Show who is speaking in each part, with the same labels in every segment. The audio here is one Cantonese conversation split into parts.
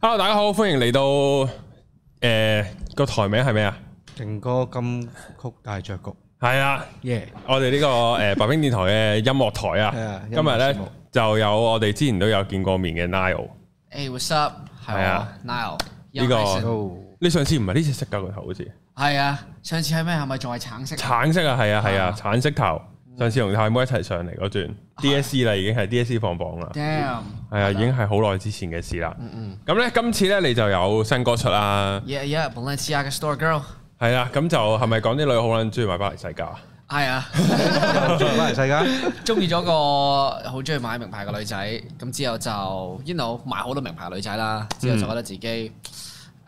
Speaker 1: Hello，大家好，歡迎嚟到诶個台名係咩啊？
Speaker 2: 勁歌金曲大雀局，
Speaker 1: 係啊，
Speaker 2: 耶！
Speaker 1: 我哋呢個 诶白冰電台嘅音樂台
Speaker 2: 係
Speaker 1: 啊
Speaker 2: 啊，
Speaker 1: 今日
Speaker 2: 音樂節
Speaker 1: 咧
Speaker 2: 目
Speaker 1: 就有我哋之前都有見過面嘅 Nile。
Speaker 3: 誒，what's up？係
Speaker 1: 係啊
Speaker 3: 啊，Nile
Speaker 1: 呢個
Speaker 3: 個
Speaker 2: 都
Speaker 1: 你上次唔係呢隻色㗎個頭，好似
Speaker 3: 係啊，上次係咩？係咪仲係橙色？
Speaker 1: 橙色啊，係啊係啊，
Speaker 3: 啊
Speaker 1: 橙色頭。
Speaker 2: 嗯
Speaker 1: 上次同太妹一齊上嚟嗰段
Speaker 2: 啊
Speaker 1: DSC 啦，已經係 DSC 放榜啦，
Speaker 3: Damn！
Speaker 1: 係啊，已經係好耐之前嘅事啦。
Speaker 2: 嗯
Speaker 1: 咁咧，今次咧你就有新歌出啦，
Speaker 3: Yeah yeah，無論 c 下嘅 store girl
Speaker 1: 係啦，咁就係咪講啲女好撚中意買巴黎世家啊？
Speaker 3: 係啊，
Speaker 2: 翻嚟世界，
Speaker 3: 中意咗個好中意買名牌嘅女仔，咁之後就 you know 買好多名牌女仔啦，之後就覺得自己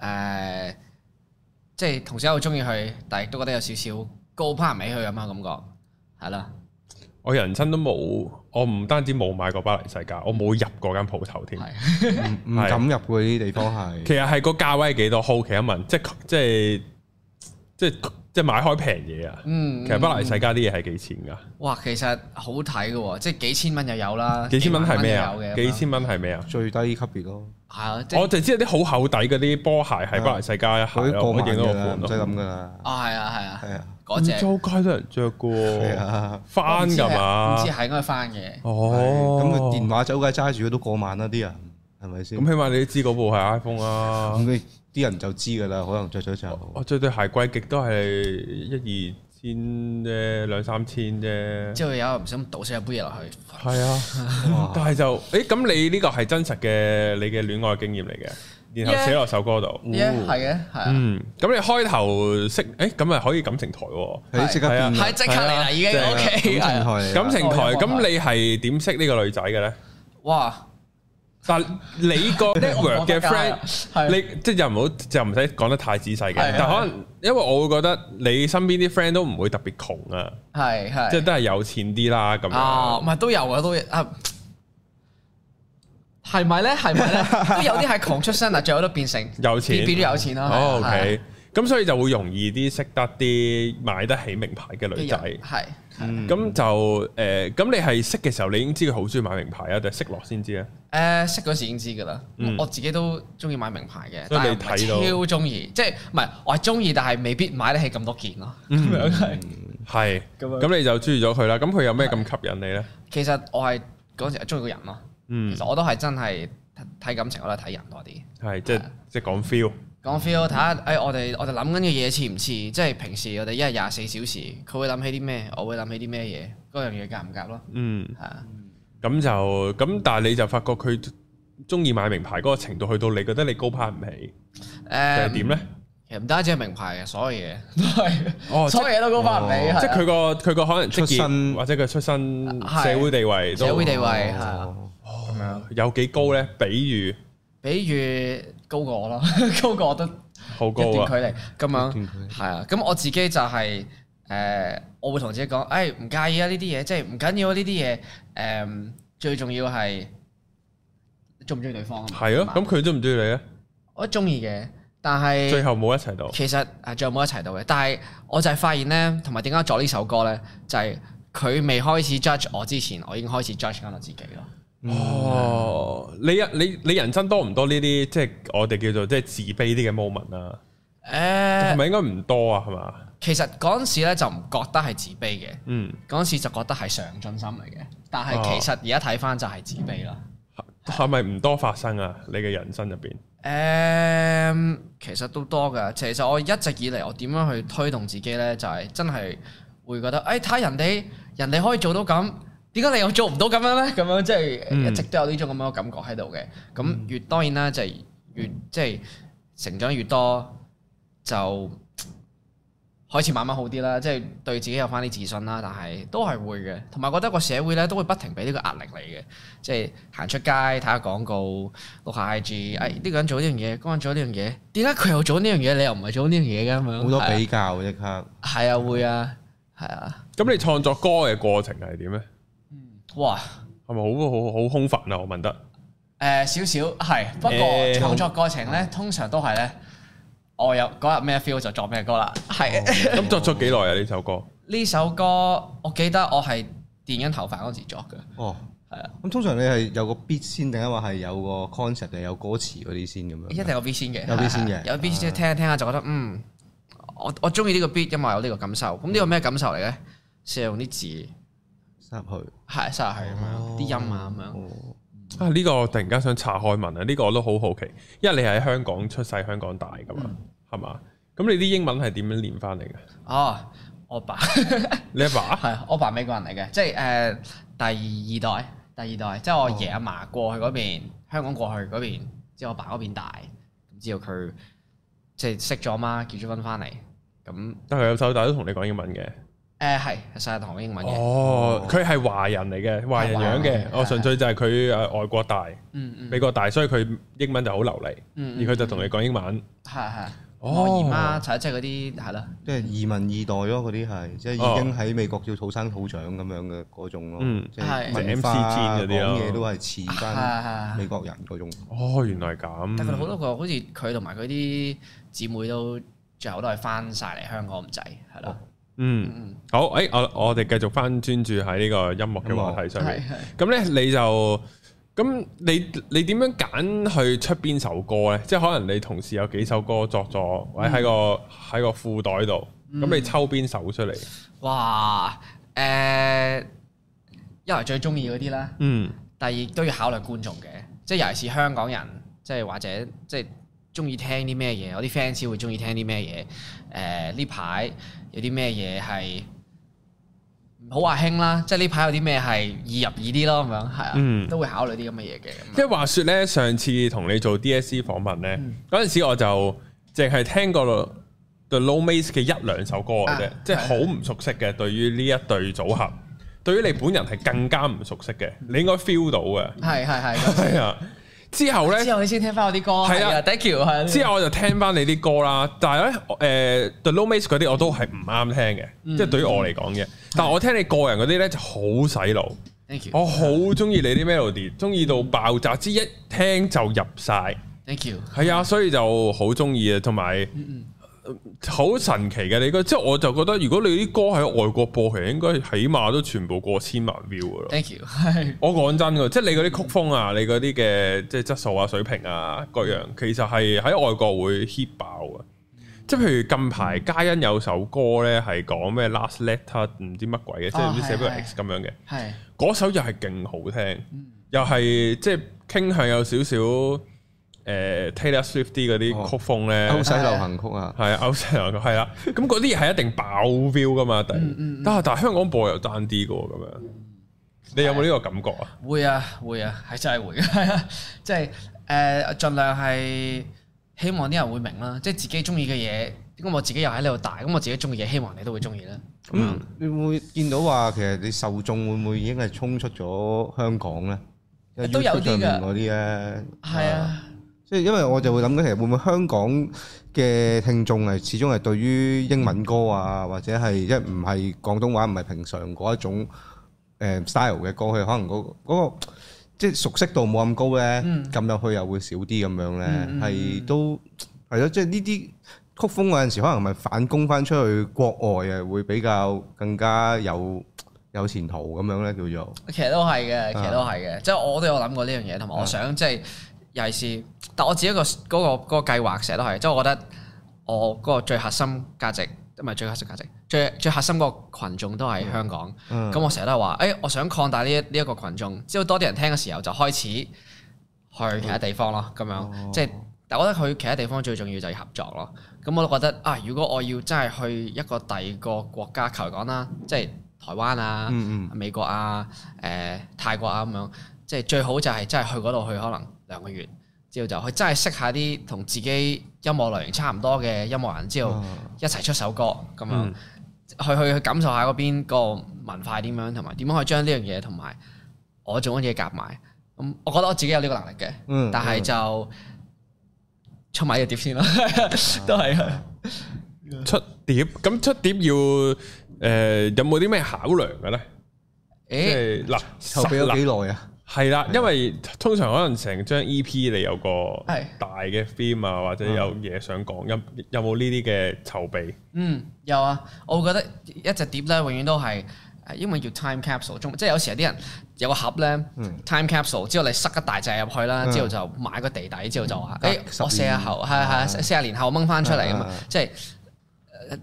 Speaker 3: 誒即係同時好中意佢，但係亦都覺得有少少高攀唔起佢咁嘅感覺，係啦。
Speaker 1: 我人生都冇，我唔單止冇買過巴黎世家，我冇入過間鋪頭添。
Speaker 3: 係
Speaker 2: 唔唔敢入嗰啲地方係
Speaker 1: 其實係個價位係幾多？好奇一問，即係即係即係即係買開平嘢啊！
Speaker 3: 嗯
Speaker 1: 其實巴黎世家啲嘢係幾錢㗎？
Speaker 3: 哇，其實好睇嘅喎，即係幾千蚊又有啦，
Speaker 1: 幾千蚊係咩啊
Speaker 3: 萬蚊又有？嘅
Speaker 1: 幾千蚊係咩啊？
Speaker 2: 最低級別咯，
Speaker 3: 係啊，即係
Speaker 1: 我就知道啲好厚底嗰啲波鞋係巴黎世家一
Speaker 2: 嗰
Speaker 1: 鞋咯，
Speaker 2: 啲過
Speaker 1: 我
Speaker 2: 萬
Speaker 1: 認到
Speaker 2: 㗎
Speaker 1: 個
Speaker 2: 啦，
Speaker 1: 款
Speaker 2: 唔使
Speaker 1: 咯。
Speaker 2: 諗㗎啦，
Speaker 3: 啊，係啊，係啊，
Speaker 2: 係啊，
Speaker 3: 嗰只
Speaker 1: 周街都有人着
Speaker 2: 係
Speaker 1: 㗎喎，
Speaker 2: 啊，
Speaker 1: 翻㗎嘛
Speaker 3: 唔知？係應該翻嘅，
Speaker 1: 哦，
Speaker 2: 咁佢電話走街揸住佢都過萬啦，啲人係咪先？
Speaker 1: 咁起碼你都知嗰部係 iPhone 啊
Speaker 2: 咁。佢啲人就知㗎啦，可能着咗就
Speaker 1: 我最哦對鞋貴極都係一二千啫，兩三千啫。
Speaker 3: 之後有人唔小心倒瀉咗杯嘢落去，
Speaker 1: 係啊，但係就誒咁，你呢個係真實嘅你嘅戀愛經驗嚟嘅，然後
Speaker 3: Yeah
Speaker 1: 寫落首歌度。
Speaker 3: 耶，係嘅，係啊，
Speaker 1: 嗯，咁你開頭識誒，咁咪可以感情台喎。
Speaker 2: 佢即刻
Speaker 1: 係啊
Speaker 2: 變
Speaker 3: 係即刻嚟啦，已經
Speaker 1: 係啊
Speaker 3: OK，
Speaker 2: 感情
Speaker 3: 係
Speaker 2: 台
Speaker 3: 啊
Speaker 1: 感情
Speaker 3: 哦
Speaker 1: 台，
Speaker 3: 有冇
Speaker 1: 咁你係點識呢個女仔嘅咧？
Speaker 3: 哇，
Speaker 1: 但你 個 network 嘅 friend，
Speaker 3: friend
Speaker 1: 你即係又唔好就唔使講得太仔細嘅，
Speaker 3: 啊係啊
Speaker 1: 但可能因為我會覺得你身邊啲 friend 都唔會特別窮啊。
Speaker 3: 係係
Speaker 1: 即係都係有錢啲啦咁
Speaker 3: 啊，唔
Speaker 1: 樣。
Speaker 3: 係都有啊，都有啊。係咪咧？係咪咧？ 都有啲係窮出身啊，最後都變成
Speaker 1: 有錢
Speaker 3: 變變咗有錢啦。係啊
Speaker 1: 哦
Speaker 3: 係啊
Speaker 1: ，OK，咁所以就會容易啲識得啲買得起名牌嘅女仔。
Speaker 3: 係啊
Speaker 2: 嗯
Speaker 1: 咁就誒，咁你係識嘅時候，你已經知佢好中意買名牌啊，定係識落先知咧？
Speaker 3: 誒呃識嗰時已經知㗎啦，
Speaker 1: 嗯
Speaker 3: 我自己都中意買名牌嘅，
Speaker 1: 所以
Speaker 3: 但
Speaker 1: 你
Speaker 3: 係唔
Speaker 1: 睇到
Speaker 3: 係超中意，即係唔係我係中意，但係未必買得起咁多件咯。咁樣係，
Speaker 1: 係，
Speaker 3: 咁樣
Speaker 1: 咁你就中意咗佢啦。咁佢有咩咁吸引你咧？
Speaker 3: 其實我係嗰陣時係中意個人咯，
Speaker 1: 嗯
Speaker 3: 其，實我都係真係睇睇感情，我都係睇人多啲。
Speaker 1: 係，即係即係講 feel。
Speaker 3: 講 feel 睇下，誒我哋我哋諗緊嘅嘢似唔似？即係平時我哋一日廿四小時，佢會諗起啲咩，我會諗起啲咩嘢，嗰樣嘢夾唔夾咯？
Speaker 1: 嗯，
Speaker 3: 係啊，
Speaker 1: 咁就咁，但係你就發覺佢中意買名牌嗰個程度，去到你覺得你高攀唔起，定係
Speaker 3: 誒
Speaker 1: 點啊咧？
Speaker 3: 其實唔單止係名牌嘅，所有嘢都係，
Speaker 1: 哦即係哦
Speaker 3: 所有嘢都高翻唔起，
Speaker 1: 即係
Speaker 3: 係
Speaker 1: 佢
Speaker 3: 啊
Speaker 1: 個佢個可能職
Speaker 2: 出
Speaker 1: 業
Speaker 2: 身
Speaker 1: 或者佢出身
Speaker 3: 係
Speaker 1: 社會地位都
Speaker 3: 社會地位係啊。
Speaker 2: 哦
Speaker 3: 咁樣。
Speaker 1: 有幾高咧？比喻
Speaker 3: 比如高過我咯， 高過我都一
Speaker 1: 好高
Speaker 3: 段距
Speaker 1: 啊！
Speaker 3: 離咁
Speaker 2: 一段距
Speaker 3: 樣，
Speaker 2: 離
Speaker 3: 係啊。咁我自己就係、呃我會同自己講，誒、唔介意啊呢啲嘢，即係唔緊要啊呢啲嘢。誒、最重要係中唔中意對方啊嘛
Speaker 1: 係咯，
Speaker 3: 嘛
Speaker 1: 咁佢中唔中意你咧？
Speaker 3: 我中意嘅，但
Speaker 1: 最
Speaker 3: 係
Speaker 1: 後冇一齊到，
Speaker 3: 其實係仲有冇一齊到嘅？但係我就係發現咧，同埋點解作呢首歌咧，就係、佢未開始 judge 我之前，我已經開始 judge 緊我自己咯。
Speaker 1: 哦，你啊你你人生多唔多呢啲即係我哋叫做即係自卑啲嘅 moment 啊？
Speaker 3: 誒、
Speaker 1: 係咪應該唔多啊？係嘛？
Speaker 3: 其實嗰陣時咧就唔覺得係自卑嘅，
Speaker 1: 嗯，
Speaker 3: 嗰陣時就覺得係上進心嚟嘅，但係
Speaker 1: 哦
Speaker 3: 其實而家睇翻就係自卑啦。
Speaker 1: 係咪唔多發生啊？你嘅人生入邊，
Speaker 3: 誒、
Speaker 1: 嗯
Speaker 3: 其實都多㗎。其實我一直以嚟，我點樣去推動自己呢？就係、真係會覺得，誒、睇下人哋，人哋可以做到咁，點解你又做唔到咁樣呢？咁樣即
Speaker 1: 嗯
Speaker 3: 係一直都有呢種咁樣嘅感覺喺度嘅。咁越當然啦，就係、越即係成長越多，就開始慢慢好啲啦。即係對自己有翻啲自信啦，但係都係會嘅。同埋覺得個社會呢，都會不停俾呢個壓力嚟嘅。即係行出街睇下廣告，碌下 IG，誒呢個人做呢樣嘢，嗰個人做呢樣嘢，點解佢又做呢樣嘢，你又唔係做呢樣嘢嘅咁樣？
Speaker 2: 好多
Speaker 3: 係啊
Speaker 2: 比較即刻，
Speaker 3: 係啊，會啊，係啊，
Speaker 1: 咁你創作歌嘅過程係點咧？
Speaker 3: 哇！
Speaker 1: 係咪好好好空泛啊？我問得，
Speaker 3: 誒少少係，不過
Speaker 1: 誒
Speaker 3: 創作過程咧，通常都係咧，我有嗰日咩 feel 就作咩歌啦。係
Speaker 1: 咁作咗幾耐啊？呢首歌
Speaker 3: 呢首歌，我記得我係電影頭髮嗰時作嘅，
Speaker 2: 哦，
Speaker 3: 係啊，
Speaker 2: 咁通常你係有個 beat 先，定係話係有個 concept 定係有歌詞嗰啲先咁樣？
Speaker 3: 一定有 B 先嘅，
Speaker 2: 有 beat 先嘅啊
Speaker 3: 係係有 B 先聽一聽下就覺得嗯，我我中意呢個 beat，因為有呢個感受。咁呢個咩感受嚟咧？試用啲字
Speaker 2: 塞入去。
Speaker 3: 係塞入去咁樣，啲音啊咁樣。
Speaker 2: 哦，
Speaker 1: 啊！呢、個我突然間想查開文啊，呢、個我都好好奇，因為你係喺香港出世、香港大噶
Speaker 3: 嗯
Speaker 1: 嘛，係嘛、咁你啲英文係點樣練翻嚟嘅？
Speaker 3: 哦，我爸
Speaker 1: 你阿爸
Speaker 3: 係我爸美國人嚟嘅，即係誒、呃第二代，第二代，即係我爺阿嫲過去嗰邊，香港過去嗰邊，之後我爸嗰邊大，咁之後佢即係識咗我媽，結咗婚翻嚟，咁
Speaker 1: 但係佢有手帶都同你講英文嘅。
Speaker 3: 誒係細堂英文嘅，
Speaker 1: 哦，佢係華人嚟嘅，華人樣
Speaker 3: 係華人嚟嘅
Speaker 1: 嘅。我純粹就係佢誒外國大，
Speaker 3: 嗯嗯，
Speaker 1: 美國大，所以佢英文就好流利，
Speaker 3: 嗯
Speaker 1: 而
Speaker 3: 嗯
Speaker 1: 佢就同你講英文。
Speaker 3: 係係，
Speaker 1: 哦
Speaker 3: 我姨媽就係即係嗰啲係啦，
Speaker 2: 即係移民二代咯，嗰啲係即係已經喺美國要土生土長咁樣嘅嗰種咯，
Speaker 1: 嗯
Speaker 2: 即係文
Speaker 1: 即係
Speaker 2: 化
Speaker 1: MC
Speaker 2: 講
Speaker 1: 嗰啲啊咯
Speaker 2: 嘢都係似
Speaker 3: 係
Speaker 2: 翻
Speaker 3: 係
Speaker 2: 美
Speaker 3: 啊係。
Speaker 2: 國人嗰種。
Speaker 1: 哦，原來係咁。
Speaker 3: 但佢哋好多個好似佢同埋佢啲姊妹都最後都係翻晒嚟香港唔滯，係啦，
Speaker 1: 嗯
Speaker 3: 嗯，嗯，
Speaker 1: 好，誒，我我哋繼續翻專注喺呢個音樂嘅話題上面
Speaker 3: 係。係。
Speaker 1: 咁咧你就咁你你點樣揀去出邊首歌咧？即係可能你同時有幾首歌作咗，或者喺個喺個褲袋度，咁你抽邊首出嚟？
Speaker 3: 哇！誒、一嚟最中意嗰啲啦，
Speaker 1: 嗯，
Speaker 3: 第二都要考慮觀眾嘅，即係尤其是香港人，即係或者即係中意聽啲咩嘢，我啲 fans 會中意聽啲咩嘢。誒、呢排有啲咩嘢係唔好話興啦，即係呢排有啲咩係易入耳啲咯，咁樣係啊，
Speaker 1: 嗯
Speaker 3: 都會考慮啲咁嘅嘢嘅。咁
Speaker 1: 即係話說咧，上次同你做 DSE 訪問咧，嗰陣、時我就淨係聽過 The Low Maze 嘅一兩首歌嘅啫，
Speaker 3: 啊
Speaker 1: 即係好唔熟悉嘅。對於呢一對組合，對於你本人係更加唔熟悉嘅，你應該 feel 到嘅。
Speaker 3: 係係係咁。
Speaker 1: 係啊，之後咧
Speaker 3: 之。後你先聽翻我啲歌，
Speaker 1: 係啊
Speaker 3: ，thank you，係啊
Speaker 1: 之後我就聽翻你啲歌啦，但係咧，誒、The 呃 Low Mates 嗰啲我都係唔啱聽嘅，即係對於我嚟講嘅。但係我聽你個人嗰啲咧就好洗腦，
Speaker 3: ，thank
Speaker 1: 我好中意你啲 melody，中意到爆炸，之一聽就入晒。
Speaker 3: you，thank you，嗯
Speaker 1: 係啊，所以就好中意啊，同埋好神奇嘅你歌，即係我就覺得如果你啲歌喺外國播，其實應該起碼都全部過千萬 view 噶啦。
Speaker 3: thank you，係。
Speaker 1: 我講真嘅，即係你嗰啲曲風啊，你嗰啲嘅即係質素啊、水平啊各樣，其實係喺外國會 hit 爆啊！即係譬如近排嘉欣有首歌咧，係講咩 last letter 唔知乜鬼嘅，即係唔知
Speaker 3: 哦
Speaker 1: 寫俾個
Speaker 3: 係嗯係
Speaker 1: X 咁樣嘅，
Speaker 3: 係
Speaker 1: 嗰首又係勁好聽，又係即係傾向有少少誒 Taylor Swift 啲嗰
Speaker 2: 哦
Speaker 1: 啲曲風咧。
Speaker 2: 歐西流行曲啊，
Speaker 1: 係啊，歐西流行曲係啦，咁嗰啲係一定爆 view 噶嘛，
Speaker 3: 嗯
Speaker 1: 但但係但係香港播又爭啲嘅喎，咁樣，你有冇呢個感覺啊？
Speaker 3: 會啊會啊，係真係會嘅， 係啊，即係誒，盡量係希望啲人會明啦，即係自己中意嘅嘢，咁我自己又喺呢度大，咁我自己中意嘅嘢，希望你都會中意啦。
Speaker 2: 咁你會見到話其實你受眾會唔會已經係衝出咗香港咧？即係
Speaker 3: 都有
Speaker 2: YouTube 上
Speaker 3: 啲㗎
Speaker 2: 面嗰啲咧，
Speaker 3: 係啊，
Speaker 2: 即係因為我就會諗緊，其實會唔會香港嘅聽眾係始終係對於英文歌啊，或者係即係唔係廣東話，唔係平常嗰一種誒 style 嘅歌，佢可能嗰、嗰個即係熟悉度冇咁高咧，
Speaker 3: 嗯
Speaker 2: 撳入、去又會少啲咁樣咧，係、都係咯，即係呢啲。曲風有陣時可能咪反攻翻出去國外啊，會比較更加有有前途咁樣咧，叫做
Speaker 3: 其實都係
Speaker 2: 啊
Speaker 3: 嘅，其實都係嘅，即係我都有諗過呢樣嘢，同埋我想即係尤其是，但我自己個嗰個嗰個計劃成日都係，即係我覺得我嗰個最核心價值，唔係最核心價值，最最核心嗰個羣眾都係香港。
Speaker 2: 嗯
Speaker 3: 咁我成日都係話，誒、我想擴大呢一呢一個羣眾，之後多啲人聽嘅時候，就開始去其他地方咯，咁樣、
Speaker 2: 哦
Speaker 3: 即係。但我覺得佢其他地方最重要就係合作咯。咁我都覺得啊，如果我要真係去一個第二個國家，求其講啦，即係台灣啊、
Speaker 2: 嗯
Speaker 3: 美國啊、誒、泰國啊咁樣，即係最好就係真係去嗰度去可能兩個月，之後就去真係識下啲同自己音樂類型差唔多嘅音樂人，之後。一齊出首歌咁樣，
Speaker 1: 哦嗯
Speaker 3: 去去去感受下嗰邊個文化點樣，同埋點樣可以將呢樣嘢同埋我做嗰樣嘢夾埋。咁我覺得我自己有呢個能力嘅，
Speaker 2: 嗯
Speaker 3: 但係就出埋呢個碟先啦， 都係啊。
Speaker 1: 出碟，咁出碟要誒、呃有冇啲咩考量嘅咧？即係
Speaker 3: 誒
Speaker 1: 嗱，
Speaker 2: 籌備
Speaker 1: 實
Speaker 2: 咗
Speaker 1: 嗱
Speaker 2: 幾耐啊？
Speaker 1: 係啦，因為通常可能成張 EP 你有個
Speaker 3: 係
Speaker 1: 大嘅 theme 啊，或者有嘢想講，有有冇呢啲嘅籌備？
Speaker 3: 嗯，有啊，我會覺得一隻碟咧，永遠都係誒、誒英文叫 time capsule，中即係有時有啲人有個盒咧 time capsule，之後你塞一大隻入去啦，
Speaker 2: 嗯
Speaker 3: 之後就買個地底，之後就話
Speaker 2: 隔
Speaker 3: 誒
Speaker 2: 啊十
Speaker 3: 我四
Speaker 2: 年啊
Speaker 3: 十後，係係四十年後掹翻出嚟咁嘛啊
Speaker 2: 嗯嗯嗯，
Speaker 3: 即係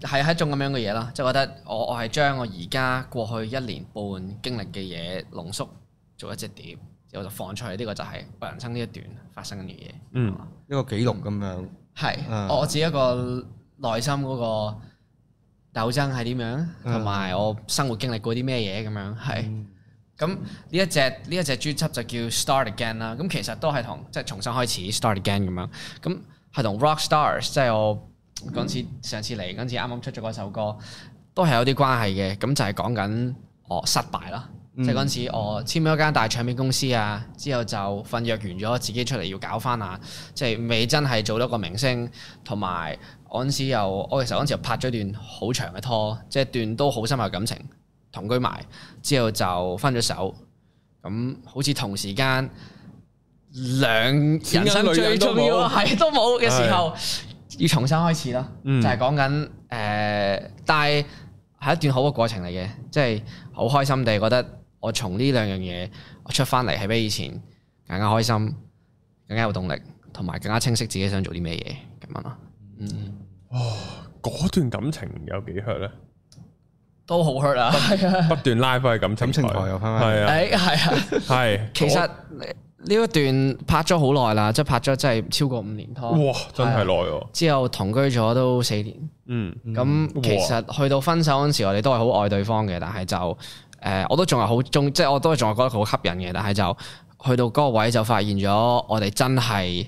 Speaker 3: 誒係係一種咁樣嘅嘢啦，即係覺得我我係將我而家過去一年半經歷嘅嘢濃縮做一隻碟，之後就放出去，呢個就係我人生呢一段發生嘅嘢。
Speaker 1: 嗯
Speaker 2: 一個記錄咁樣。
Speaker 3: 係
Speaker 2: 嗯
Speaker 3: 我我自己一個內心嗰個鬥爭係點樣，
Speaker 2: 嗯
Speaker 3: 同埋我生活經歷過啲咩嘢咁樣係。
Speaker 2: 嗯
Speaker 3: 咁呢一隻呢一隻專輯就叫 Start Again 啦，咁其實都係同即係重新開始 Start Again 咁樣，咁係同 Rock Stars 即係我嗰次上次嚟嗰次啱啱出咗嗰首歌，都係有啲關係嘅，咁就係講緊我失敗啦。即係嗰陣時，我簽咗間大唱片公司啊，之後就瞓約完咗，自己出嚟要搞翻啊，即係未真係做到個明星，同埋我嗰陣時又，我其實嗰陣時又拍咗段好長嘅拖，即係段都好深厚感情，同居埋之後就分咗手，咁好似同時間兩人
Speaker 1: 錢銀
Speaker 3: 生
Speaker 1: 女人
Speaker 3: 最
Speaker 1: 都
Speaker 3: 重要啊
Speaker 1: 冇
Speaker 3: 係都冇嘅時候，要重新開始啦，
Speaker 1: 嗯
Speaker 3: 就係講緊誒，但係。係一段好嘅過程嚟嘅，即係好開心地覺得我從呢兩樣嘢我出翻嚟係比以前更加開心、更加有動力，同埋更加清晰自己想做啲咩嘢咁樣咯。嗯，
Speaker 1: 嗰段感情有幾 hurt 咧？
Speaker 3: 都好 hurt 啊！係啊，
Speaker 1: 不斷拉翻去感情
Speaker 2: 感情台又翻返
Speaker 1: 係啊，
Speaker 3: 誒係啊。
Speaker 1: 係。
Speaker 3: 其實呢一段拍咗好耐啦，即係拍咗真係超過五年
Speaker 1: 我
Speaker 3: 拖，
Speaker 1: 哇，真係耐喎。
Speaker 3: 之後同居咗都四年。
Speaker 1: 嗯
Speaker 3: 咁其實去到分手嗰陣時，我哋都係好愛對方嘅，但係就誒、呃我都仲係好中，即係我都係仲係覺得佢好吸引嘅，但係就去到嗰個位就發現咗，我哋真係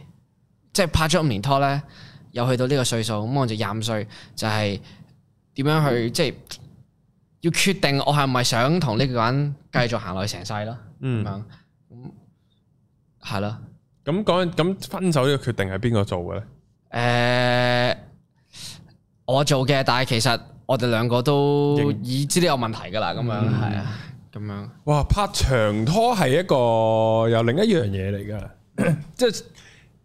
Speaker 3: 即係拍咗五年拖咧，又去到呢個歲數，咁我就廿五歲，就係、點樣
Speaker 1: 嗯
Speaker 3: 去即係要決定我係咪想同呢個人繼續行落去成世咯，咁
Speaker 1: 嗯，
Speaker 3: 樣咁係咯。
Speaker 1: 咁講咁分手呢個決定係邊個做嘅咧？
Speaker 3: 誒、呃我做嘅，但係其實我哋兩個都
Speaker 1: 認嗯
Speaker 3: 已知都有問題㗎啦，咁樣係啊，咁樣
Speaker 1: 哇！拍長拖係一個又另一樣嘢嚟 噶，即係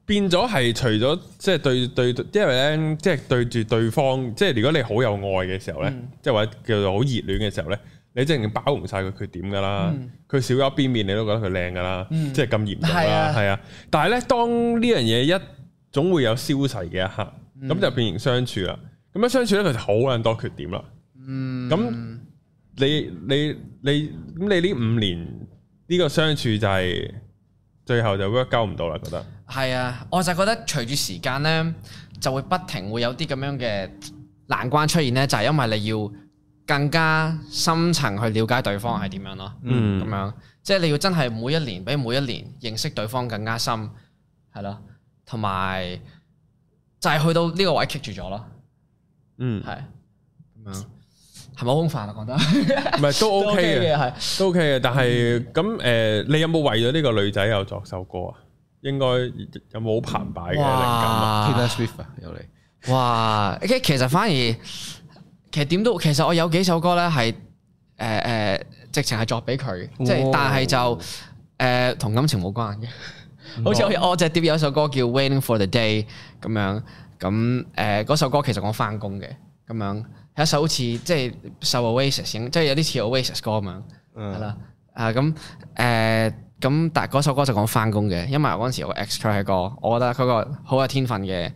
Speaker 1: 變咗係除咗即係對對，因為咧即係對住對方，即係如果你好有愛嘅時候咧，
Speaker 3: 嗯
Speaker 1: 即係或者叫做好熱戀嘅時候咧，你即係包容晒佢缺點噶啦，佢、少咗邊面你都覺得佢靚噶啦，即係咁嚴重
Speaker 3: 嗯係
Speaker 1: 啦
Speaker 3: 啊，
Speaker 1: 係啊。但係咧，當呢樣嘢一總會有消逝嘅一刻，咁、
Speaker 3: 嗯
Speaker 1: 就變形相處啦。咁樣相處咧，佢就好撚多缺點啦。
Speaker 3: 嗯
Speaker 1: 咁、你你你咁你呢五年呢個相處就係最後就 work 交唔到啦，覺得
Speaker 3: 係啊，我就覺得隨住時間咧，就會不停會有啲咁樣嘅難關出現咧，就係、因為你要更加深層去了解對方係點樣咯，
Speaker 1: 嗯
Speaker 3: 咁樣即係你要真係每一年比每一年認識對方更加深，係咯，同埋就係去到呢個位棘住咗咯。
Speaker 1: 嗯，
Speaker 3: 係咁樣，係咪好空泛啊？講得
Speaker 1: 唔係嗯都 OK 嘅，嗯
Speaker 3: 係
Speaker 1: 都 OK 嘅。但係咁誒，你有冇為咗呢個女仔又作首歌啊？應該有冇好澎湃嘅靈感啊？
Speaker 2: Taylor
Speaker 3: 哇
Speaker 2: Swift 啊，又嚟。
Speaker 3: 哇！其其實反而其實點都，其實我有幾首歌咧係誒誒，直情係作俾佢，即係
Speaker 2: 哦
Speaker 3: 但係就誒同感情冇關嘅。好似我我隻碟有一首歌叫《Waiting for the Day》咁樣，咁誒嗰首歌其實講翻工嘅咁樣，係一首好似即係受 Oasis 影，即係有啲似 Oasis 歌咁樣。係
Speaker 2: 嗯
Speaker 3: 啦，啊咁誒咁，但係嗰首歌就講翻工嘅，因為我嗰陣時有個 ex 佢係個，我覺得佢個好有天分嘅，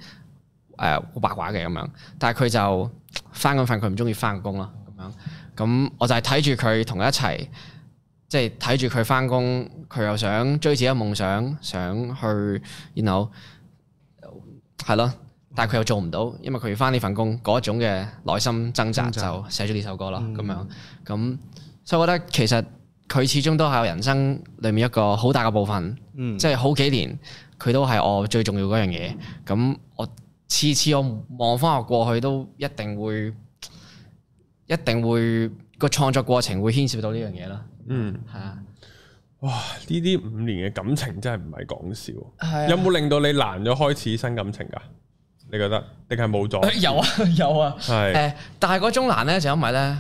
Speaker 3: 誒、好八卦嘅咁樣，但係佢就翻嗰份佢唔中意翻工啦，咁樣，咁我就係睇住佢同佢一齊，即係睇住佢翻工，佢又想追自己嘅夢想，想去，然後係咯。但係佢又做唔到，因為佢要翻呢份工，嗰種嘅內心掙扎
Speaker 2: 掙扎
Speaker 3: 就寫咗呢首歌啦，咁、樣咁所以我覺得其實佢始終都係我人生裏面一個好大嘅部分，
Speaker 2: 嗯
Speaker 3: 即係好幾年佢都係我最重要嗰樣嘢。咁我次次我望翻我過去都一定會，一定會個創作過程會牽涉到呢樣嘢啦。
Speaker 1: 嗯，
Speaker 3: 係啊，
Speaker 1: 哇！呢啲五年嘅感情真係唔係啊講笑，
Speaker 3: 係
Speaker 1: 有冇令到你難咗開始新感情㗎？你覺得定係冇 咗？
Speaker 3: 有啊 有啊。誒、
Speaker 1: 係
Speaker 3: 但係嗰種難咧就因為咧，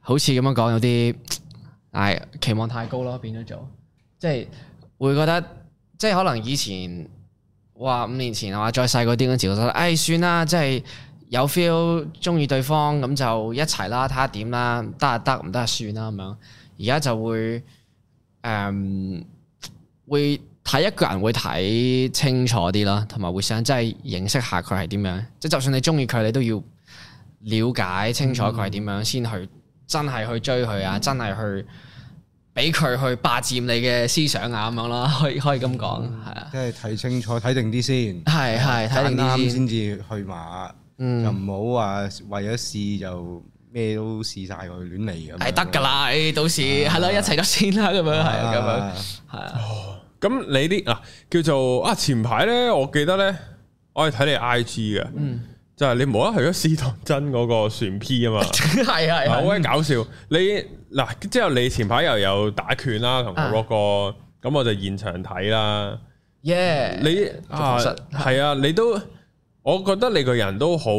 Speaker 3: 好似咁樣講有啲，唉，期望太高咯，變咗做，即係會覺得，即係可能以前，哇，五年前啊，再細嗰啲嗰陣時，我覺得，唉，算啦，即係有 feel 中意對方咁就一齊啦，睇下點啦，得啊得，唔得啊算啦咁樣。而家就會誒、嗯、會睇一個人會睇清楚啲啦，同埋會想真係認識下佢係點樣。即係就算你中意佢，你都要了解清楚佢係點
Speaker 2: 嗯
Speaker 3: 樣，先、去真係去追佢啊，真係去俾佢去霸佔你嘅思想啊咁樣啦， 可以可以咁講，係啊，
Speaker 2: 即係睇清楚睇定啲先，
Speaker 3: 係係睇定啲
Speaker 2: 啱
Speaker 3: 先。
Speaker 2: 先至去馬，
Speaker 3: 嗯
Speaker 2: 就唔好話為咗試就咩都試晒佢亂嚟咁樣。
Speaker 3: 係得㗎啦，誒到時係咯，一齊咗先啦，咁樣係啊咁樣
Speaker 2: 啊，
Speaker 3: 係啊，
Speaker 1: 咁你啲嗱、叫做啊前排咧，我記得咧，我係睇你 I G 嘅，
Speaker 3: 嗯
Speaker 1: 就係你無啦啦去咗試當真嗰個船 P 啊嘛，嗱
Speaker 3: 係係
Speaker 1: 好
Speaker 2: 啊
Speaker 3: 係啊
Speaker 1: 鬼搞笑。你嗱之後你前排又有打拳啦，同我
Speaker 3: 啊
Speaker 1: rock 哥，咁我就現場睇啦。
Speaker 3: ，yeah，
Speaker 1: 你啊
Speaker 3: 確實
Speaker 1: 係啊，你都我覺得你個人都好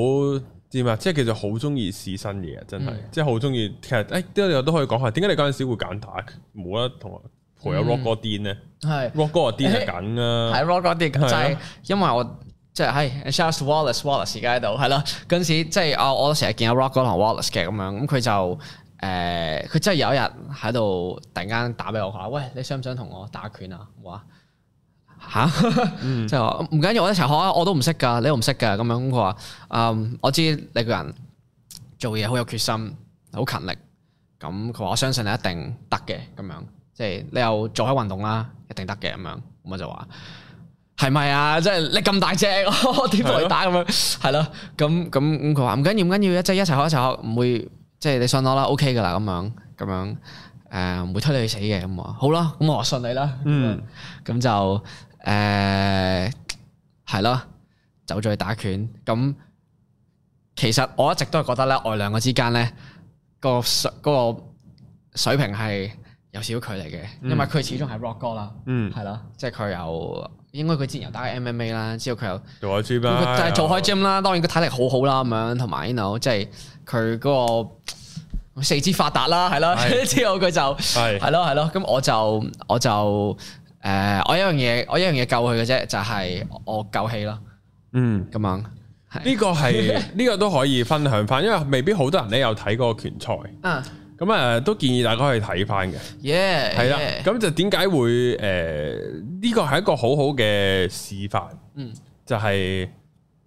Speaker 1: 知嘛，即係叫做好中意試新嘢啊，真係，
Speaker 3: 嗯
Speaker 1: 即係好中意。其實誒，都、有都可以講下，點解你嗰陣時會揀打冇啦同我陪
Speaker 3: 嗯
Speaker 1: 阿 rock 哥癲咧、
Speaker 3: 係
Speaker 1: r o c k 哥啊癲係梗啊
Speaker 3: 係。rock 嗰啲
Speaker 1: 係啊
Speaker 3: 就係因為我即係係 shout out to Wallace Wallace 而家喺度係啦，嗰陣時即係啊我成日見阿 rock 哥同 Wallace 嘅咁樣，咁佢就誒佢真係有一日喺度突然間打俾我話，喂你想唔想同我打拳啊？我話吓， 即係話唔緊要，我一齊學啊！我都唔識㗎，你都唔識㗎咁樣。咁佢話：嗯，我知你個人做嘢好有決心，好勤力。咁佢話：我相信你一定得嘅咁樣，即係你又做開運動啦，一定得嘅咁樣。咁我就話。係咪啊？即係你咁大隻，我點同你打咁樣？係咯，咁咁咁佢話唔緊要唔緊要，即係一齊學一齊學，唔會即係你信我啦，OK 噶啦咁樣咁樣誒，唔會推你去死嘅咁話。好啦，咁我信你啦。
Speaker 1: 嗯，
Speaker 3: 咁就誒係咯，走咗去打拳。咁其實我一直都係覺得咧，我哋兩個之間咧個水嗰個水平係有少少距離嘅，因為佢始終係 rock 哥啦，
Speaker 1: 嗯
Speaker 3: 係啦，即係佢有應該佢之前有打過 MMA 啦，之後佢有。
Speaker 1: 做開 gym
Speaker 3: 佢
Speaker 1: 啦，
Speaker 3: 就係做開 gym 啦，當然佢體力好好啦，咁樣同埋 you know 即係佢嗰個四肢發達啦，係啦，
Speaker 1: 係
Speaker 3: 之後佢就
Speaker 1: 係
Speaker 3: 係咯係咯，咁我就我就誒、我有一樣嘢我有一樣嘢救佢嘅啫，就係、我夠氣啦，
Speaker 1: 嗯，
Speaker 3: 咁樣
Speaker 1: 呢個係 呢個都可以分享翻，因為未必好多人咧有睇過拳賽，
Speaker 3: 啊
Speaker 1: 咁啊都建議大家去睇翻嘅，
Speaker 3: 耶
Speaker 1: 係啦
Speaker 3: yeah，
Speaker 1: 咁就點解會誒呢個係一個好好嘅示範，
Speaker 3: 嗯
Speaker 1: 就係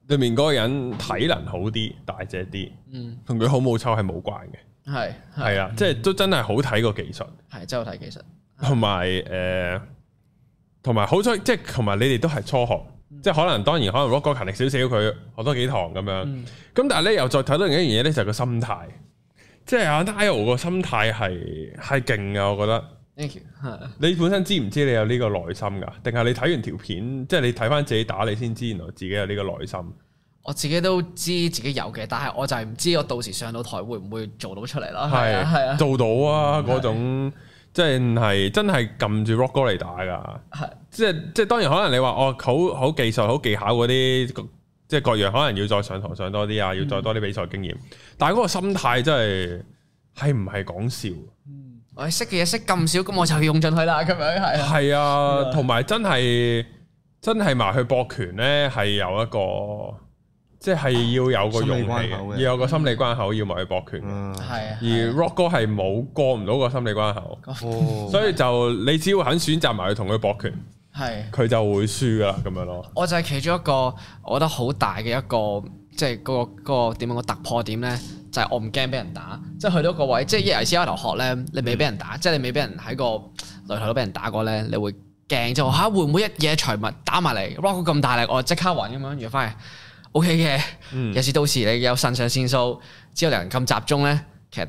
Speaker 1: 對面嗰個人體能好啲、大隻啲，
Speaker 3: 嗯
Speaker 1: 同佢好冇抽係冇關嘅，
Speaker 3: 係係
Speaker 1: 係啊，即係都真係好睇個技術，
Speaker 3: 係真係好睇其實
Speaker 1: 同埋誒，同埋好彩，即係同埋你哋都係初學，即係可能當然可能 rock 哥勤力少少，佢學多幾堂咁樣。
Speaker 3: 嗯
Speaker 1: 咁但係咧又再睇到另一樣嘢咧，就係個心態，即係阿 Nile 個心態係係勁嘅，我覺得。
Speaker 3: thank you 係
Speaker 1: 你本身知唔知你有呢個內心噶？定係你睇完條片，即係你睇翻自己打你先知，原來自己有呢個內心。
Speaker 3: 我自己都知自己有嘅，但係我就係唔知我到時上到台會唔會做到出嚟啦，係啊係
Speaker 1: 係
Speaker 3: 啊
Speaker 1: 做到啊！嗰種即係真係撳住 rock 哥嚟打噶，
Speaker 3: 係
Speaker 1: 即係即係當然可能你話哦好好技術好技巧嗰啲，即係各樣可能要再上堂上多
Speaker 3: 嗯
Speaker 1: 啲啊，要再多啲比賽經驗。但係嗰個心態真係係唔係講笑？
Speaker 3: 我識嘅嘢識咁少，咁我就要用盡佢啦，咁樣係啊。
Speaker 1: 係啊，同埋真係真係埋去搏拳咧，係有一個即係要有個勇
Speaker 2: 心理關
Speaker 1: 氣
Speaker 2: 口
Speaker 1: 嘅，
Speaker 2: 嘅
Speaker 1: 要有個心
Speaker 3: 嗯
Speaker 1: 理關口，要埋去搏拳嘅。
Speaker 2: 嗯
Speaker 3: 係啊，
Speaker 1: 而 Rock 哥係冇過唔到個心理關口，
Speaker 2: 哦
Speaker 1: 所以就你只要肯選擇埋去同佢搏拳，
Speaker 3: 係，
Speaker 1: 佢就會輸噶啦咁樣咯。
Speaker 3: 我就係其中一個我覺得好大嘅一個，即係嗰個嗰個點樣個突破點咧，就係我唔驚俾人打，即係去到一個位，即係尤其是開頭學咧，你未俾人打，即係你未俾人喺個擂台度俾人打過咧，你會驚就啊嚇會唔會一嘢除物打埋嚟，Rock 哥咁大力，我即刻暈咁樣，如翻嚟 OK 嘅。
Speaker 1: 嗯
Speaker 3: 有，時到時你有腎上腺素，之後你人咁集中咧，其實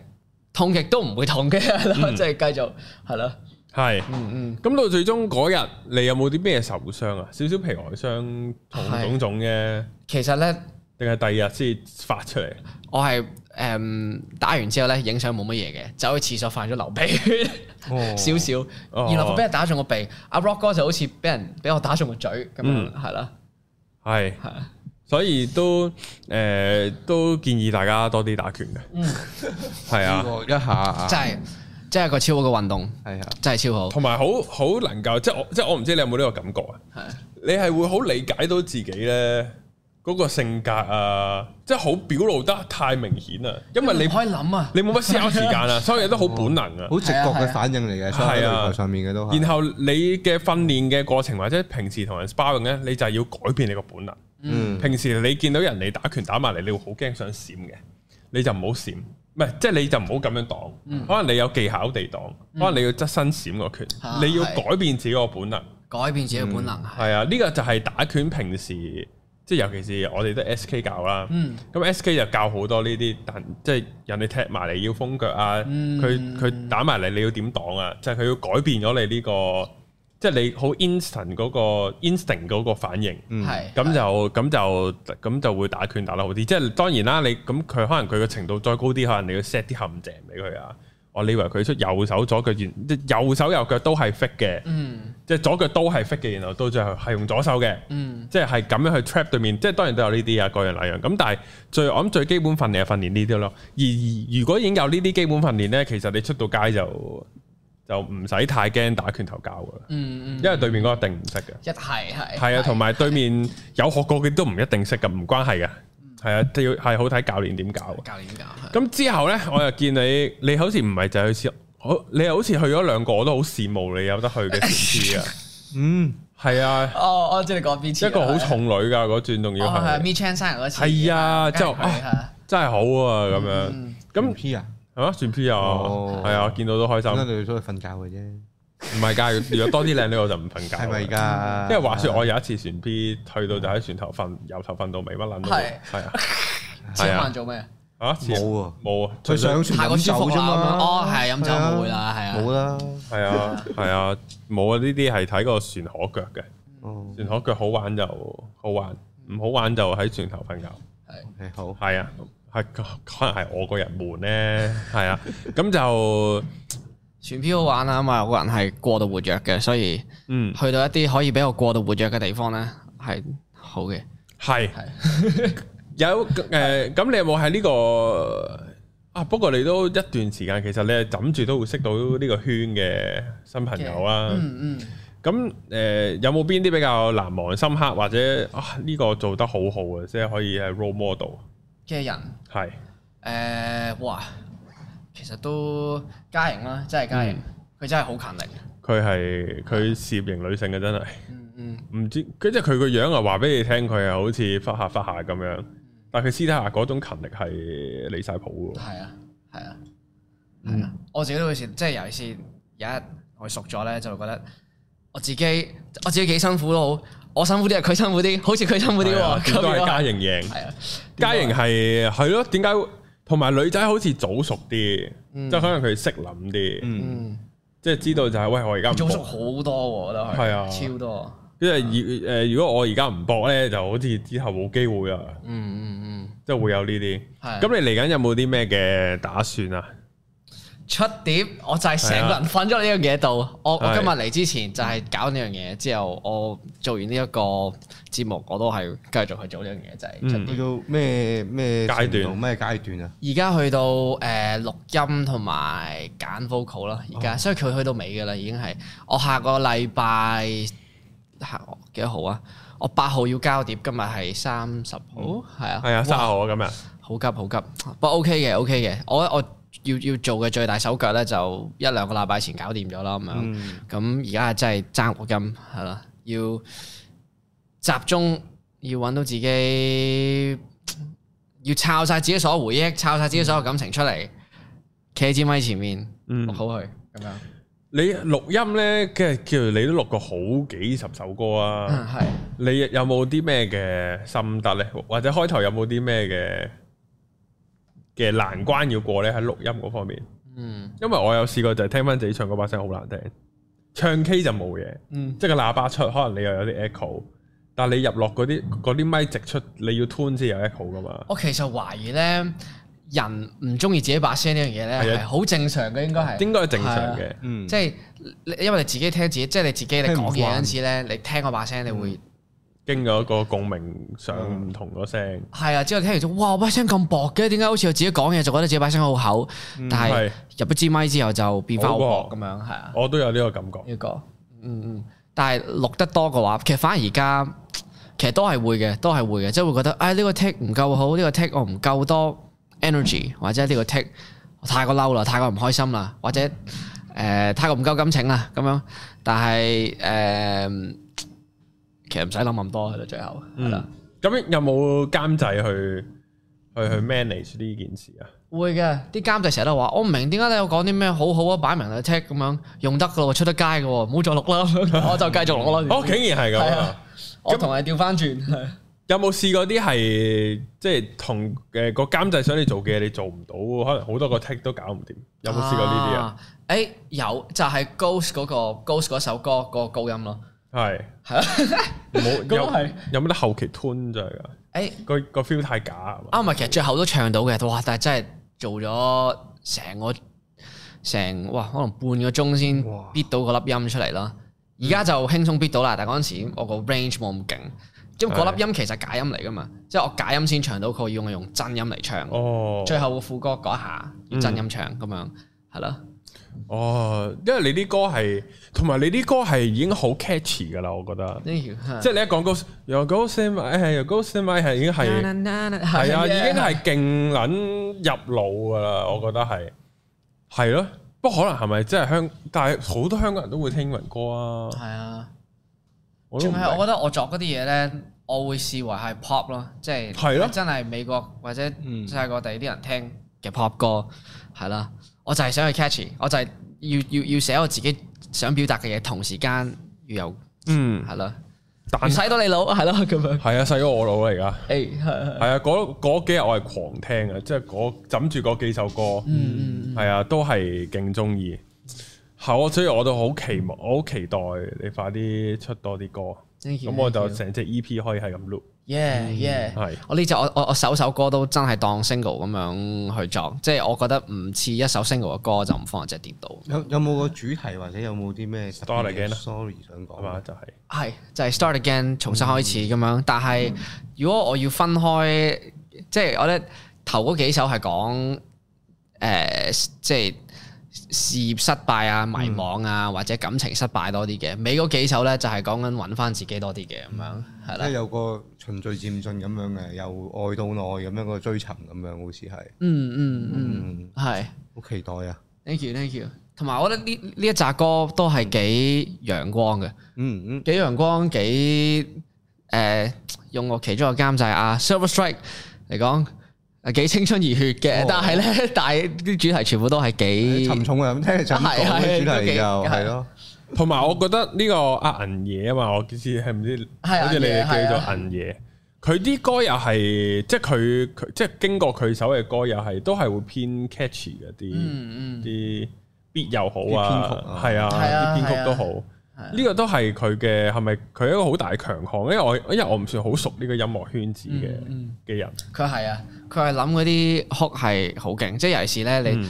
Speaker 3: 痛極都唔會痛嘅，係咯，即係繼續係咯，
Speaker 1: 係。
Speaker 3: 嗯嗯。
Speaker 1: 咁到最終嗰日，你有冇啲咩受傷啊？少少皮外傷同
Speaker 3: 係
Speaker 1: 種種嘅，
Speaker 3: 其實咧，
Speaker 1: 定係第二日先發出嚟？
Speaker 3: 我係誒、嗯打完之後咧，影相冇乜嘢嘅，走去廁所犯咗流鼻血
Speaker 2: 哦
Speaker 3: 少少，
Speaker 1: 哦
Speaker 3: 然後我俾人打中個鼻，阿 Rock 哥就好似俾人俾我打中個嘴咁
Speaker 1: 嗯
Speaker 3: 樣，係啦、
Speaker 1: 係
Speaker 3: 係啊，
Speaker 1: 所以都誒、呃都建議大家多啲打拳嘅，
Speaker 3: 嗯
Speaker 1: 係啊，
Speaker 2: 呢個一下
Speaker 3: 真係真係個超好嘅運動，
Speaker 2: 係啊，
Speaker 3: 真係超好，
Speaker 1: 同埋好好能夠即係我即係我唔知你有冇呢個感覺啊？
Speaker 3: 係
Speaker 1: 你係會好理解到自己咧嗰個性格啊，即係好表露得太明顯啊，因為
Speaker 3: 唔
Speaker 1: 你
Speaker 3: 可以諗啊，
Speaker 1: 你冇乜思考時間啊，所有嘢都好本能啊。
Speaker 2: 好直覺
Speaker 3: 係啊係
Speaker 2: 嘅
Speaker 3: 啊
Speaker 2: 反應嚟嘅，所
Speaker 1: 係
Speaker 2: 有
Speaker 1: 啊
Speaker 2: 擂台上面嘅都係。
Speaker 1: 然後你嘅訓練嘅過程或者平時同人 sparring 咧，你就係要改變你個本能。
Speaker 2: 嗯，
Speaker 1: 平時你見到人哋打拳打埋嚟，你會好驚想閃嘅，你就唔好閃，唔係即係你就唔好咁樣擋。可能你有技巧地擋，可能你要側身閃個拳，
Speaker 3: 啊
Speaker 1: 你要
Speaker 3: 係
Speaker 1: 改變自己個本能。
Speaker 3: 改變自己嘅本能係。
Speaker 1: 係啊，呢個就係打拳平時，即係尤其是我哋都 S K 教啦。
Speaker 3: 嗯，
Speaker 1: 咁 S K 就教好多呢啲，但即係人哋踢埋嚟要封腳啊，
Speaker 3: 嗯
Speaker 1: 佢佢、打埋嚟你要點擋啊，就係、佢要改變咗你呢、個，即係你好 instant 嗰、個 instinct 嗰個反應。
Speaker 2: 嗯
Speaker 3: 係
Speaker 1: 咁就咁就咁就會打拳打得好啲，即係當然啦。你咁佢可能佢嘅程度再高啲，可能你要 set 啲陷阱俾佢啊。我你以為佢出右手左腳，原即係右手右腳都係 fit 嘅，
Speaker 3: 嗯
Speaker 1: 即係左腳都係 fit 嘅，然後到最後係用左手嘅，
Speaker 3: 嗯
Speaker 1: 即係係咁樣去 trap 對面。即係當然都有呢啲啊，各樣那樣。咁但係最我諗最基本訓練係訓練呢啲咯。而而如果已經有呢啲基本訓練呢，其實你出到街就就唔使太驚打拳頭交噶啦，
Speaker 3: 嗯嗯，
Speaker 1: 因為對面嗰個一定唔識嘅。
Speaker 3: 一係係
Speaker 1: 係啊，同埋對面有學過嘅都唔一定識噶，唔關係嘅。
Speaker 3: 嗯
Speaker 1: 係啊，都要係好睇教練點教。啊
Speaker 3: 教練教係
Speaker 1: 咁之後呢，我又見你，你好似唔係就係去試，好你又好似去咗兩個，我都好羨慕你有得去嘅城 市啊。
Speaker 2: 嗯，
Speaker 1: 係啊，
Speaker 3: 哦，我知你講邊次
Speaker 1: 一個好重女㗎嗰轉，仲要
Speaker 3: 哦係
Speaker 1: 係
Speaker 3: Me Chan 生日嗰次
Speaker 1: 係啊，
Speaker 3: 梗係
Speaker 1: 就
Speaker 3: 佢係
Speaker 1: 啊
Speaker 3: 啊嗯
Speaker 1: 真係好啊咁樣。
Speaker 2: 咁
Speaker 1: 咁
Speaker 2: P 啊，
Speaker 1: 係嘛？算 P 啊，
Speaker 2: 哦
Speaker 1: 係啊，見到都開
Speaker 2: 咁
Speaker 1: 心。
Speaker 2: 你出去瞓覺嘅啫，
Speaker 1: 唔係㗎，如果多啲靚女我就唔瞓覺。
Speaker 2: 係咪？㗎？
Speaker 1: 因為話説我有一次船 P 去到就喺船頭瞓，由頭瞓到尾乜撚都冇
Speaker 3: 係
Speaker 1: 係啊。
Speaker 3: 請
Speaker 1: 係啊
Speaker 3: 問做咩？
Speaker 1: 啊，
Speaker 2: 冇喎，
Speaker 1: 冇啊，
Speaker 2: 佢上船
Speaker 3: 太過
Speaker 2: 飲
Speaker 3: 舒
Speaker 2: 酒
Speaker 3: 服
Speaker 2: 啫
Speaker 3: 啦咁
Speaker 2: 啊嘛
Speaker 3: 樣。哦係飲酒
Speaker 2: 係啊
Speaker 3: 冇啦係啊
Speaker 2: 冇啦。
Speaker 1: 係啊係啊冇啊，呢啲係睇個船河腳嘅，
Speaker 2: 哦
Speaker 1: 船河腳好玩就好玩，唔好玩就喺船頭瞓覺。
Speaker 2: ，OK，好。
Speaker 1: 係啊，係可能係我個人悶咧，係啊，咁就
Speaker 3: 船票好玩啊嘛，有個人係過度活躍嘅，所以
Speaker 1: 嗯
Speaker 3: 去到一啲可以比較過度活躍嘅地方咧，係好嘅。
Speaker 1: 係
Speaker 3: 係
Speaker 1: 有誒，咁你有冇喺呢個啊？不過你都一段時間，其實你係枕住都會識到呢個圈嘅新朋友啦。
Speaker 3: 嗯嗯，
Speaker 1: 咁誒、呃有冇邊啲比較難忘深刻或者啊呢、個做得好好嘅，即係可以係 role model
Speaker 3: 嘅人
Speaker 1: 係
Speaker 3: 誒，哇，其實都嘉瑩啦，真係嘉瑩，佢真係好勤力。
Speaker 1: 佢係佢涉型女性嘅真係
Speaker 3: 嗯嗯，
Speaker 1: 唔知佢即係佢個樣啊話俾你聽佢係好似忽下忽下咁樣，但係佢私底下嗰種勤力係離晒譜嘅喎，
Speaker 3: 係啊係啊，係啊，我自己都會試，即係尤其是有一日我熟咗咧，就會覺得我自己我自己幾辛苦都好，我辛苦啲係佢辛苦啲，好似佢辛苦啲
Speaker 1: 係啊
Speaker 3: 喎，
Speaker 1: 點都
Speaker 3: 咁
Speaker 1: 係
Speaker 3: 樣
Speaker 1: 嘉瑩贏，
Speaker 3: 係啊，
Speaker 1: 嘉瑩係係咯，點解同埋女仔好似早熟啲，
Speaker 3: 嗯
Speaker 1: 即係可能佢識諗啲，
Speaker 2: 嗯，
Speaker 3: 嗯。
Speaker 1: 即係知道就係、喂我而家唔
Speaker 3: 早熟
Speaker 1: 搏
Speaker 3: 好多喎，我覺得佢
Speaker 1: 係啊
Speaker 3: 超多。
Speaker 1: 因為如誒，如果我而家唔搏咧，就好似之後冇機會啊，
Speaker 3: 嗯嗯
Speaker 1: 即係會有呢啲。
Speaker 3: 係啊
Speaker 1: 咁你嚟緊有冇啲咩嘅打算啊？
Speaker 3: 嗯，出碟我就係成個人瞓咗呢樣嘢度。我我
Speaker 1: 係
Speaker 3: 今日嚟之前就係搞呢樣嘢，之後我做完呢一個節目，我都係繼續去做呢樣嘢，就係出
Speaker 1: 嗯
Speaker 2: 去
Speaker 3: 碟。
Speaker 2: 到咩咩
Speaker 1: 階段
Speaker 2: 程度咩階段啊？
Speaker 3: 而家去到誒錄音同埋揀 vocal 啦，而
Speaker 1: 哦
Speaker 3: 家所以佢去到尾㗎啦，已經係我下個禮拜下幾多號啊？我八號要交碟，今日係三十號，係啊，
Speaker 1: 係啊，
Speaker 3: 哇
Speaker 1: 沙河今日
Speaker 3: 好急好急，不過 OK 嘅 OK 嘅，我我要要做嘅最大手腳咧就一兩個禮拜前搞掂咗啦咁樣，
Speaker 2: 嗯，
Speaker 3: 咁而家真係爭個金係啦，要集中要揾到自己，要抄晒自己所有回憶，抄晒自己所有感情出嚟，企喺支咪前面
Speaker 1: 嗯啊
Speaker 3: 錄好佢咁樣，
Speaker 1: 你錄音咧，即係叫你都錄過好幾十首歌啊。
Speaker 3: 嗯係
Speaker 1: 你有冇啲咩嘅心得咧？或者開頭有冇啲咩嘅嘅難關要過咧？喺錄音嗰方面，
Speaker 3: 嗯
Speaker 1: 因為我有試過就係聽翻自己唱歌把聲好難聽，唱 K 就冇嘢。
Speaker 3: 嗯
Speaker 1: 即係個喇叭出，可能你又有啲 echo，但係你入落嗰啲嗰啲咪直出，你要 tune 先有 echo 噶嘛。
Speaker 3: 我其實懷疑咧，人唔中意自己把聲呢樣嘢
Speaker 1: 係
Speaker 3: 咧
Speaker 1: 啊
Speaker 3: 係好正常嘅，應該係
Speaker 1: 應該係正常嘅，
Speaker 2: 嗯，
Speaker 3: 即係啊你因為你自己聽自己，即係你自己你
Speaker 2: 聽唔
Speaker 3: 講嘢嗰
Speaker 2: 慣嗯
Speaker 3: 陣時咧，你聽我把聲，你會
Speaker 1: 經過一個共鳴上唔同個聲，
Speaker 3: 係啊。之後聽完咗，哇！我把聲咁薄嘅，點解好似我自己講嘢就覺得自己把聲好厚？
Speaker 2: 嗯
Speaker 3: 但係
Speaker 1: 係
Speaker 3: 入咗支咪之後就變翻好
Speaker 1: 好
Speaker 3: 薄
Speaker 1: 薄
Speaker 3: 咁樣，係啊。
Speaker 1: 我都有呢個感覺。
Speaker 3: 嗯呢個嗯嗯，但係錄得多嘅話，其實反而而家其實都係會嘅，都係會嘅，即係會覺得，唉、呢、個 take 唔夠好，呢、個 take 我唔夠多 energy，或者呢個 take 我太過嬲啦，太過唔開心啦，或者誒、呃太過唔夠感情啦咁樣。但係誒、呃其實唔使諗咁多，去到最後
Speaker 1: 嗯
Speaker 3: 係啦。
Speaker 1: 咁有冇監製去去去 manage 呢件事啊？
Speaker 3: 會嘅，啲監製成日都話：我唔明點解你有講啲咩好好啊，擺明嚟 t a k 咁樣用得噶咯，出得街嘅喎，唔好再錄啦，我就繼續錄啦。
Speaker 1: 哦，竟然係咁
Speaker 3: 嗯係
Speaker 1: 啊
Speaker 3: 啊！我同你調翻轉，係
Speaker 1: 有冇試過啲係即係同誒個監製想你做嘅嘢，你做唔到，可能好多個 tick 都搞唔掂？有冇試過呢啲啊？？
Speaker 3: 誒有，就係 Ghost 嗰個 Ghost 嗰首歌個高音咯，
Speaker 1: 係
Speaker 3: 係啊，
Speaker 1: 冇
Speaker 3: 咁
Speaker 1: 有
Speaker 3: 係
Speaker 1: 有冇得後期 tune 咗嚟㗎？
Speaker 3: 誒
Speaker 1: 個個 feel 太假啊嘛！
Speaker 3: 啊唔係，其實最後都唱到嘅，哇！但係真係做咗成個成哇，可能半個鐘先
Speaker 2: 哇
Speaker 3: beat 到嗰粒音出嚟啦。而家就
Speaker 1: 嗯
Speaker 3: 輕鬆 beat 到啦，但係嗰陣時我個 range 冇咁勁，因為嗰粒音其實假音嚟噶嘛，即係我假音先唱到，佢要我用真音嚟唱。
Speaker 1: 哦，嗯
Speaker 3: 最後個副歌嗰一下要真音唱咁樣，係咯。
Speaker 1: 哦，因為你啲歌係同埋你啲歌係已經好 catchy 㗎啦，我覺得。
Speaker 3: Thank you 係
Speaker 1: 即係你一講 Ghost，又 Ghost in my，係又 Ghost in my 係已經係。系啊，已經係勁撚入腦噶啦，我覺得係係咯。不過可能係咪真係香？但係好多香港人都會聽英文歌啊。
Speaker 3: 係啊。
Speaker 1: 我都
Speaker 3: 仲
Speaker 1: 唔
Speaker 3: 係我
Speaker 1: 明
Speaker 3: 覺得我作嗰啲嘢咧，我會視為係 pop 咯，即係
Speaker 1: 係咯嗯
Speaker 3: 真係美國或者世界各地啲人聽嘅 pop 歌，係啦。我就係想去 catchy，我就係要要要寫我自己想表達嘅嘢，同時間要有
Speaker 1: 嗯，
Speaker 3: 係啦，
Speaker 1: 但
Speaker 3: 唔使到你腦係咯咁 樣。
Speaker 1: 係啊，細過我腦嚟噶。
Speaker 3: 誒係
Speaker 1: 係啊，嗰嗰幾日我係狂聽啊，即係嗰枕住嗰幾首歌，
Speaker 3: 嗯
Speaker 1: 係啊，都係勁中意。係我所以我都好期望，我好期待你快啲出多啲歌。
Speaker 3: Thank you，
Speaker 1: 咁我就
Speaker 3: thank
Speaker 1: 成隻 EP 可以係咁 loop。
Speaker 3: yeah yeah。
Speaker 1: 係
Speaker 3: 我呢隻我我我首首歌都真係當 single 咁樣去作，即係我覺得唔似一首 single 嘅歌就唔放隻碟度。
Speaker 2: 有有冇個主題或者有冇啲咩
Speaker 1: Start again 啦
Speaker 2: sorry 想
Speaker 1: 係
Speaker 2: 講
Speaker 1: 嘛？就係
Speaker 3: 係就係、start again 重新開始
Speaker 2: 嗯
Speaker 3: 咁樣。但係如果我要分開，即係我覺得頭嗰幾首係講誒，即係事業失敗啊、迷茫
Speaker 2: 嗯
Speaker 3: 啊，或者感情失敗多啲嘅。尾嗰幾首咧就係講緊揾翻自己多啲嘅咁樣，係
Speaker 2: 即嗯係啊
Speaker 3: 啦。
Speaker 2: 有個循序漸進咁樣嘅，由愛到內咁樣個追尋咁樣，好似係，
Speaker 3: 嗯嗯嗯，
Speaker 2: 嗯，
Speaker 3: 係、
Speaker 2: 好期待啊，
Speaker 3: Thank you thank you。同埋我覺得呢呢一扎歌都係幾陽光嘅。
Speaker 2: 嗯嗯，
Speaker 3: 幾陽光幾誒、呃用我其中一個監製啊 Silver Strike 嚟講，誒幾青春熱血嘅，
Speaker 2: 哦
Speaker 3: 但係咧， 但係啲主題全部都係幾
Speaker 2: 沉重啊，咁聽你沉重
Speaker 3: 係係
Speaker 2: 嘅主
Speaker 3: 都
Speaker 2: 題
Speaker 3: 幾
Speaker 2: 就
Speaker 3: 係
Speaker 2: 係咯，
Speaker 1: 同埋我覺得呢個阿銀爺啊嘛，我知係唔知，
Speaker 3: 係啊
Speaker 1: 好似你哋
Speaker 3: 銀爺
Speaker 1: 叫做銀爺，佢啲歌又係即係佢佢即係經過佢手嘅歌又係都係會偏 catchy 嗰啲
Speaker 3: 嗯嗯
Speaker 1: 啲 beat 又好
Speaker 2: 啲編曲
Speaker 1: 啊
Speaker 2: 啊，
Speaker 1: 係啊，
Speaker 3: 係啊
Speaker 1: 啲編
Speaker 3: 係
Speaker 1: 曲
Speaker 3: 啊
Speaker 1: 都好。
Speaker 2: 嗯
Speaker 1: 呢個都係佢嘅係咪佢一個好大嘅強項？因為我因為我唔算好熟呢個音樂圈子
Speaker 3: 嗯
Speaker 1: 嘅嘅人，
Speaker 3: 佢係啊，佢係諗嗰啲 hook 係好勁，即係尤其是咧
Speaker 2: 嗯
Speaker 3: 你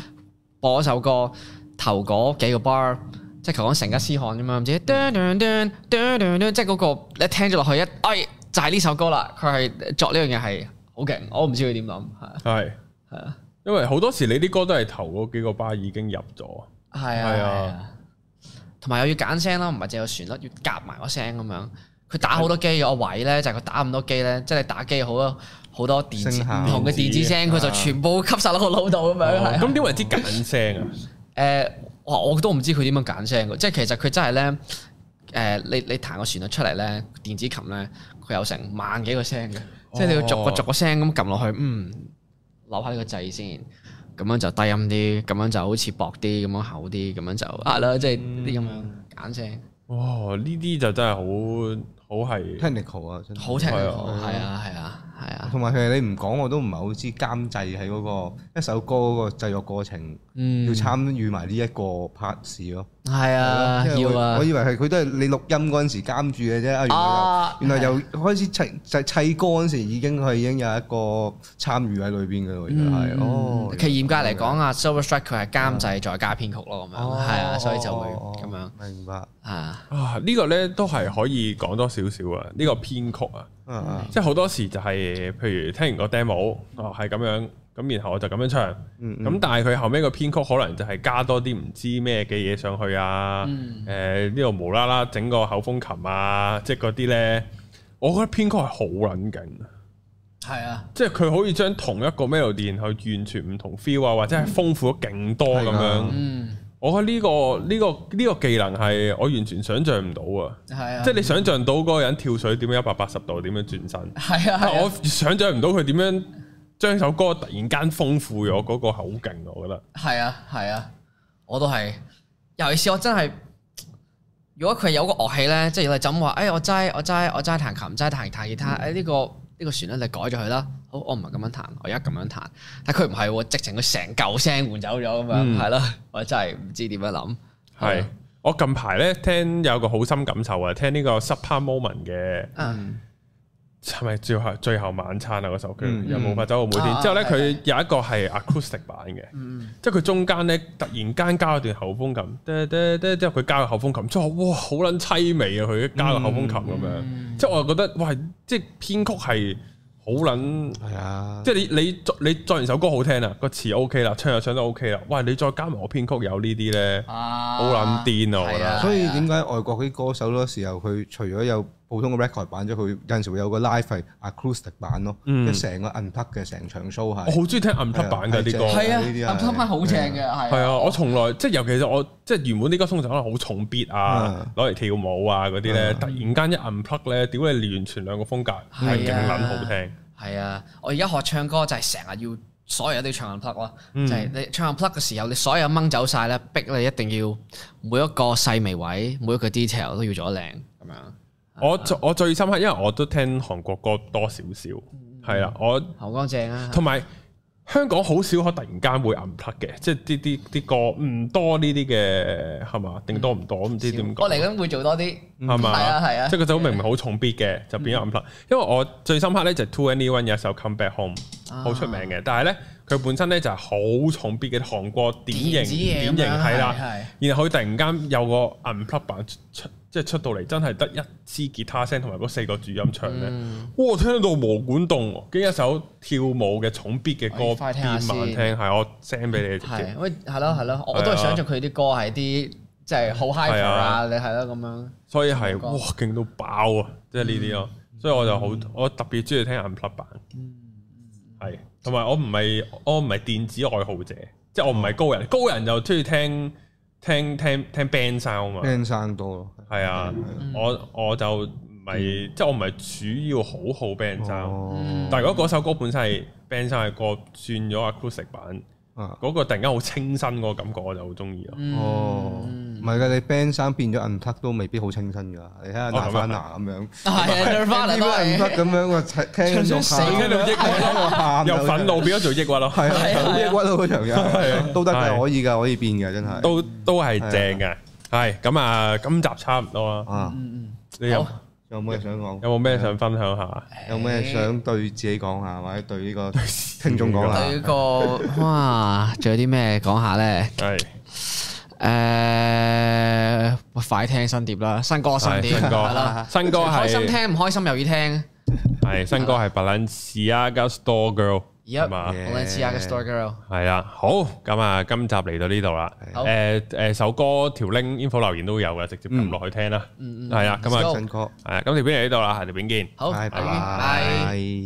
Speaker 3: 播一首歌頭嗰幾個 bar。即係求講成吉思汗咁樣，唔知噔噔噔噔噔噔，即係嗰個你一聽咗落去一，哎就係呢首歌啦。佢係作呢樣嘢係好勁，我唔知佢點諗，係啊
Speaker 1: 係
Speaker 3: 係啊
Speaker 1: 因為好多時你啲歌都係頭嗰幾個巴已經入咗。
Speaker 3: 係
Speaker 1: 係
Speaker 3: 啊，係
Speaker 1: 啊
Speaker 3: 啊，同埋又要揀聲啦，唔係淨係有旋律，要夾埋個聲咁樣。佢打好多機嘅，我懷疑咧就係佢打咁多機咧，即係你打機好多好多電子
Speaker 2: 聲效
Speaker 3: 唔同嘅電子聲，佢就全部吸晒落個腦度咁樣。係啊
Speaker 1: 哦咁點為之揀聲啊？
Speaker 3: 誒，哇！呃我都唔知佢點樣揀聲嘅，即係其實佢真係咧誒，你你彈個旋律出嚟咧，電子琴咧佢有成萬幾個聲嘅，即係你要逐個
Speaker 1: 哦
Speaker 3: 逐個聲咁撳落去，嗯，扭下呢個掣先。咁樣就低音啲，咁樣就好似薄啲，咁樣厚啲，咁樣就啊啦，即係
Speaker 2: 嗯
Speaker 3: 啲咁樣揀聲，
Speaker 1: 哇！呢啲就真係好好係
Speaker 2: technical 啊，真係
Speaker 3: 好聽
Speaker 1: 係
Speaker 3: 好，
Speaker 1: 啊
Speaker 3: 係啊，係啊，係啊，
Speaker 2: 同埋其實你唔講我都唔係好知監製喺嗰個一首歌嗰個製作過程，
Speaker 3: 嗯
Speaker 2: 要，參與埋呢一個拍事咯。
Speaker 3: 係啊，
Speaker 2: 因為
Speaker 3: 要啊
Speaker 2: 我，以為嗯係佢都係你錄音嗰陣時監住嘅啫，啊
Speaker 3: 啊
Speaker 2: 原來又原來又開始砌就砌歌嗰陣時已經佢已經有一個參與喺裏邊嘅咯，原來係哦。
Speaker 3: 嗯其實嚴格嚟講啊，Silver Strike 佢係監製再加編曲咯，咁樣
Speaker 2: 哦，
Speaker 3: 係啊，所以就會
Speaker 2: 哦
Speaker 3: 咁樣。
Speaker 2: 明白，
Speaker 3: 啊，
Speaker 1: 啊！呢個呢都係可以講多少少啊！呢個編曲啊，
Speaker 2: 嗯嗯
Speaker 1: 即係好多時就係譬如聽完個 demo，哦係咁樣，咁然後我就咁樣唱，咁、
Speaker 2: 嗯
Speaker 1: 但係佢後尾個編曲可能就係加多啲唔知咩嘅嘢上去啊，誒呢度無啦啦整個口風琴啊，即係嗰啲呢。我覺得編曲係好撚勁，
Speaker 3: 係啊，
Speaker 1: 即係佢可以將同一個 melody 然後完全唔同 feel 啊，或者係豐富咗勁多咁
Speaker 2: 係啊
Speaker 1: 樣。
Speaker 3: 嗯，
Speaker 1: 我覺得呢個呢個呢個技能係我完全想像唔到啊！
Speaker 3: 係啊，
Speaker 1: 即係你想像到嗰個人跳水點樣一百八十度點樣轉身，
Speaker 3: 係
Speaker 1: 但
Speaker 3: 啊，係
Speaker 1: 係
Speaker 3: 啊
Speaker 1: 我想像唔到佢點樣將首歌突然間豐富咗，嗰個係好勁，我覺得。
Speaker 3: 係啊，係啊，我都係。尤其是我真係，如果佢有個樂器咧，即係你就咁話，誒、哎我齋我齋我齋彈琴，齋彈彈吉他，誒呢、個呢、個旋律你改咗佢啦。好，我唔係咁樣彈，我而家咁樣彈。但佢唔係喎，直情佢成嚿聲換走咗咁樣，
Speaker 1: 嗯
Speaker 3: 係咯、我真係唔知點樣諗。
Speaker 1: 係我近排咧聽有個好深感受啊，聽呢個 Super Moment 嘅
Speaker 3: 嗯，
Speaker 1: 係咪最後最後晚餐啊嗰首歌，
Speaker 2: 嗯
Speaker 1: 又冇法走到每天
Speaker 3: 啊。
Speaker 1: 之後咧，
Speaker 3: 係
Speaker 1: 佢有一個係 acoustic 版嘅，
Speaker 3: 嗯
Speaker 1: 即係佢中間咧突然間加咗段口風琴，噠噠噠之後佢加個口風琴，之後哇好撚凄美啊！佢加個口風琴咁
Speaker 3: 嗯
Speaker 1: 樣，即係我又覺得哇，即係編曲係好撚。
Speaker 2: 係啊，
Speaker 1: 即係你你作你作完首歌好聽啦，個詞 O K 啦，唱又唱得 O K 啦，喂，你再加埋我編曲有呢啲咧，
Speaker 3: 啊，
Speaker 1: 好撚癲啊我覺得
Speaker 3: 係
Speaker 2: 所以點解外國啲歌手好多時候佢除咗有普通嘅 record 版之後，佢有陣時會有個 live 係 acoustic 版咯，即
Speaker 1: 嗯
Speaker 2: 係成個 unplug 嘅成場 show
Speaker 1: 我
Speaker 2: 係。
Speaker 1: 好中意聽暗黑版嘅啲歌。
Speaker 2: 係
Speaker 3: 係啊，
Speaker 2: 呢啲係
Speaker 3: 暗黑版好正嘅，係
Speaker 1: 係
Speaker 3: 啊，
Speaker 1: 啊，我從來即係尤其是我即係原本啲歌通常可能好重 beat 啊
Speaker 2: 嗯，
Speaker 1: 攞嚟跳舞啊嗰啲咧，突然間一 unplug 咧，屌你完全兩個風格，係勁撚好聽。
Speaker 3: 係啊，我而家學唱歌就係成日要所有嘢都要唱 unplug 咯，
Speaker 1: 嗯
Speaker 3: 就係你唱 unplug 嘅時候，你所有掹走晒咧，逼你一定要每一個細微位，每一個 detail 都要做得靚咁樣。
Speaker 1: 我最我最深刻，因為我都聽韓國歌多少少，係啦，我
Speaker 3: 喉乾正啊，
Speaker 1: 同埋香港好少可突然間會 unplug 嘅，即係啲啲啲歌唔多呢啲嘅係嘛，定多唔多，唔知點
Speaker 3: 我嚟
Speaker 1: 講。啊
Speaker 3: 緊會做多啲，
Speaker 1: 係嘛？
Speaker 3: 係啊係啊嗯
Speaker 1: 即係佢就明明好重 beat 嘅，就變咗 unplug。因為我最深刻咧就 Two Anyone 有一首 Come Back Home
Speaker 3: 啊
Speaker 1: 好出名嘅，但係咧佢本身咧就係好重 beat 嘅韓國典型
Speaker 3: 電子嘢
Speaker 1: 典
Speaker 3: 咁樣
Speaker 1: 型係啦。
Speaker 3: 係
Speaker 1: 然後佢突然間有個 unplug 版出出即係出到嚟，真係得一支吉他聲同埋嗰四個主音唱咧。
Speaker 3: 嗯
Speaker 1: 哇！我聽到毛管動，跟住一首跳舞嘅重 beat 嘅歌
Speaker 3: 我快聽
Speaker 1: 變
Speaker 3: 下
Speaker 1: 慢
Speaker 3: 先
Speaker 1: 聽，係我 send 俾你直
Speaker 3: 係，
Speaker 1: 接。啊
Speaker 3: 因為係咯係咯，我我都係想象佢啲歌係啲即係好 hyper 啊，你係咯咁樣。
Speaker 1: 所以係哇勁到爆啊！即係呢啲咯，所以我就好我特別中意聽 unplug 版，係同埋我唔係我唔係電子愛好者，即係我唔係高人，高人就中意聽聽聽聽 band sound 啊嘛，
Speaker 2: band 生多咯，
Speaker 1: 係啊，我我就唔係即係我唔係主要好好 band sound，
Speaker 2: 嗯哦，
Speaker 1: 但係如果嗰首歌本身係 band sound 嘅歌，轉咗 acoustic 版，
Speaker 2: 啊，
Speaker 1: 嗰個突然間好清新嗰個感覺，我就好中意咯。
Speaker 2: 哦，
Speaker 1: 嗯
Speaker 2: 唔係㗎，你 band 生變咗 unplug 都未必好清新㗎，你睇下
Speaker 1: 哦咁啊
Speaker 2: n 翻 a 咁樣
Speaker 3: 係啊 n i r v a n 都
Speaker 2: unplug
Speaker 3: 係。嗯
Speaker 2: 咁 樣，我聽
Speaker 3: 唱
Speaker 2: 到
Speaker 3: 到死
Speaker 2: 喊，
Speaker 1: 聽到抑鬱，
Speaker 2: 我喊
Speaker 1: 由憤怒變咗做抑鬱咯。
Speaker 2: 係啊，
Speaker 3: 係啊
Speaker 2: 好抑鬱咯嗰場嘢，都得
Speaker 1: 係啊
Speaker 2: 㗎，可以㗎，可以變㗎，真係。
Speaker 1: 都都係正嘅，係咁啊！今集差唔多啦，
Speaker 2: 啊，
Speaker 3: 嗯
Speaker 1: 你有
Speaker 3: 好
Speaker 2: 有冇嘢想講？
Speaker 1: 嗯有冇咩想分享下？
Speaker 2: 有咩想對自己講下，或者對 呢個聽眾講下？
Speaker 3: 對個哇，仲有啲咩講下咧？
Speaker 1: 係
Speaker 3: 誒，喂快聽新碟啦，新歌新
Speaker 1: 係
Speaker 3: 碟
Speaker 1: 新歌
Speaker 3: 係啦，
Speaker 1: 新歌係
Speaker 3: 開心聽，唔開心又要聽。
Speaker 1: 係新歌係 Balenciaga Store Girl，
Speaker 3: Yep
Speaker 1: 係嘛？
Speaker 2: Yeah
Speaker 3: 我哋試下嘅 Store Girl，
Speaker 1: 係啦，好咁啊！今集嚟到呢度啦，
Speaker 3: 好
Speaker 1: 誒誒首歌條 link info 留言都有嘅，直接撳落去聽啦。係啦，咁啊，
Speaker 2: 新歌，
Speaker 1: 係啊咁條片嚟呢度啦，下條片見。
Speaker 3: 好，
Speaker 2: 拜
Speaker 3: 拜拜。
Speaker 2: 拜。